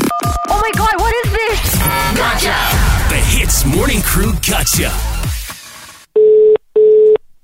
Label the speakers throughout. Speaker 1: Oh my god, what is this?
Speaker 2: The Hits Morning Crew Gotcha.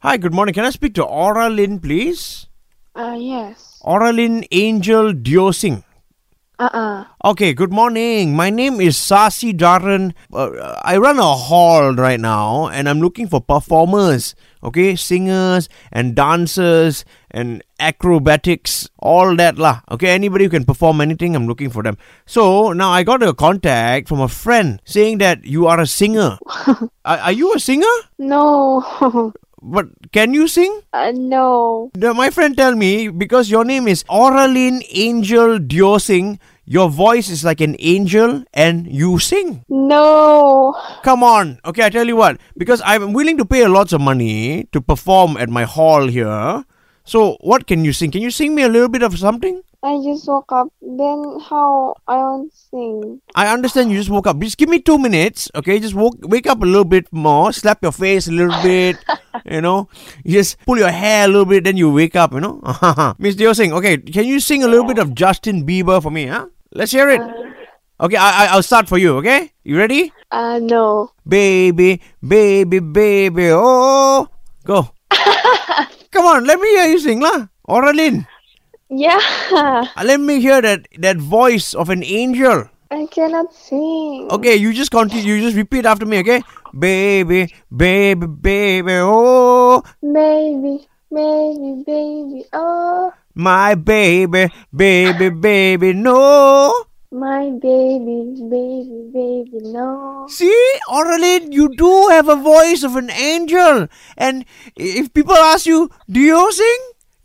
Speaker 3: Hi, good morning. Can I speak to Aura Lynn, please?
Speaker 4: Uh, yes.
Speaker 3: Aura Lynn Angel Diosing.
Speaker 4: Uh-uh.
Speaker 3: Okay, good morning. My name is Sasi Dharan. Uh, I run a hall right now and I'm looking for performers. Okay, singers and dancers and acrobatics, all that lah. Okay, anybody who can perform anything, I'm looking for them. So now I got a contact from a friend saying that you are a singer. are, are you a singer?
Speaker 4: No.
Speaker 3: But can you sing?
Speaker 4: uh, no.
Speaker 3: The- my friend tell me because your name is Auraline Angel Diosing, your voice is like an angel and you sing.
Speaker 4: No.
Speaker 3: Come on. Okay, I tell you what. Because I'm willing to pay lots of money to perform at my hall here. So what can you sing? Can you sing me a little bit of something?
Speaker 4: I just woke up. Then how I don't sing.
Speaker 3: I understand you just woke up. Just give me two minutes, okay? Just woke, wake up a little bit more, slap your face a little bit, you know? You just pull your hair a little bit, then you wake up, you know? Miss Deo Singh, okay, can you sing a little bit of Justin Bieber for me, huh? Let's hear it. Okay, I, I, I'll start for you, okay? You ready?
Speaker 4: Uh, no.
Speaker 3: Baby, baby, baby, oh. Go. Come on, let me hear you sing, lah. Oralin, uh,
Speaker 4: Yeah.
Speaker 3: let me hear that, that voice of an angel.
Speaker 4: I cannot sing.
Speaker 3: Okay, you just continue. You just repeat after me, okay? Baby, baby, baby, oh,
Speaker 4: Maybe, maybe, baby. Oh,
Speaker 3: my baby, baby, baby, no.
Speaker 4: my baby, baby, baby. No.
Speaker 3: See, Oraline, you do have a voice of an angel. And i- if people ask you, do you sing?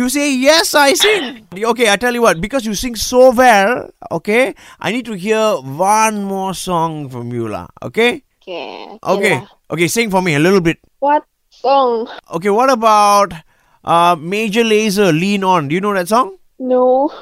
Speaker 3: You say, yes, I sing. Okay, I tell you what, because you sing so well, okay, I need to hear one more song from you, lah. okay?
Speaker 4: Okay.
Speaker 3: Okay,
Speaker 4: lah.
Speaker 3: okay, sing for me a little bit.
Speaker 4: What song?
Speaker 3: Okay, what about uh, Major Laser Lean On? Do you know that song?
Speaker 4: No.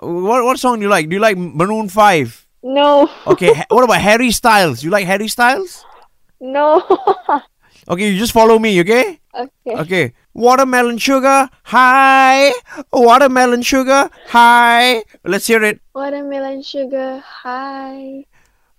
Speaker 3: Uh, What what song do you like? Do you like Maroon 5?
Speaker 4: No.
Speaker 3: Okay, ha- what about Harry Styles? You like Harry Styles?
Speaker 4: No.
Speaker 3: Okay, you just follow me, okay?
Speaker 4: okay.
Speaker 3: Okay. Watermelon sugar, hi. Watermelon sugar, hi. Let's hear it.
Speaker 4: Watermelon sugar high.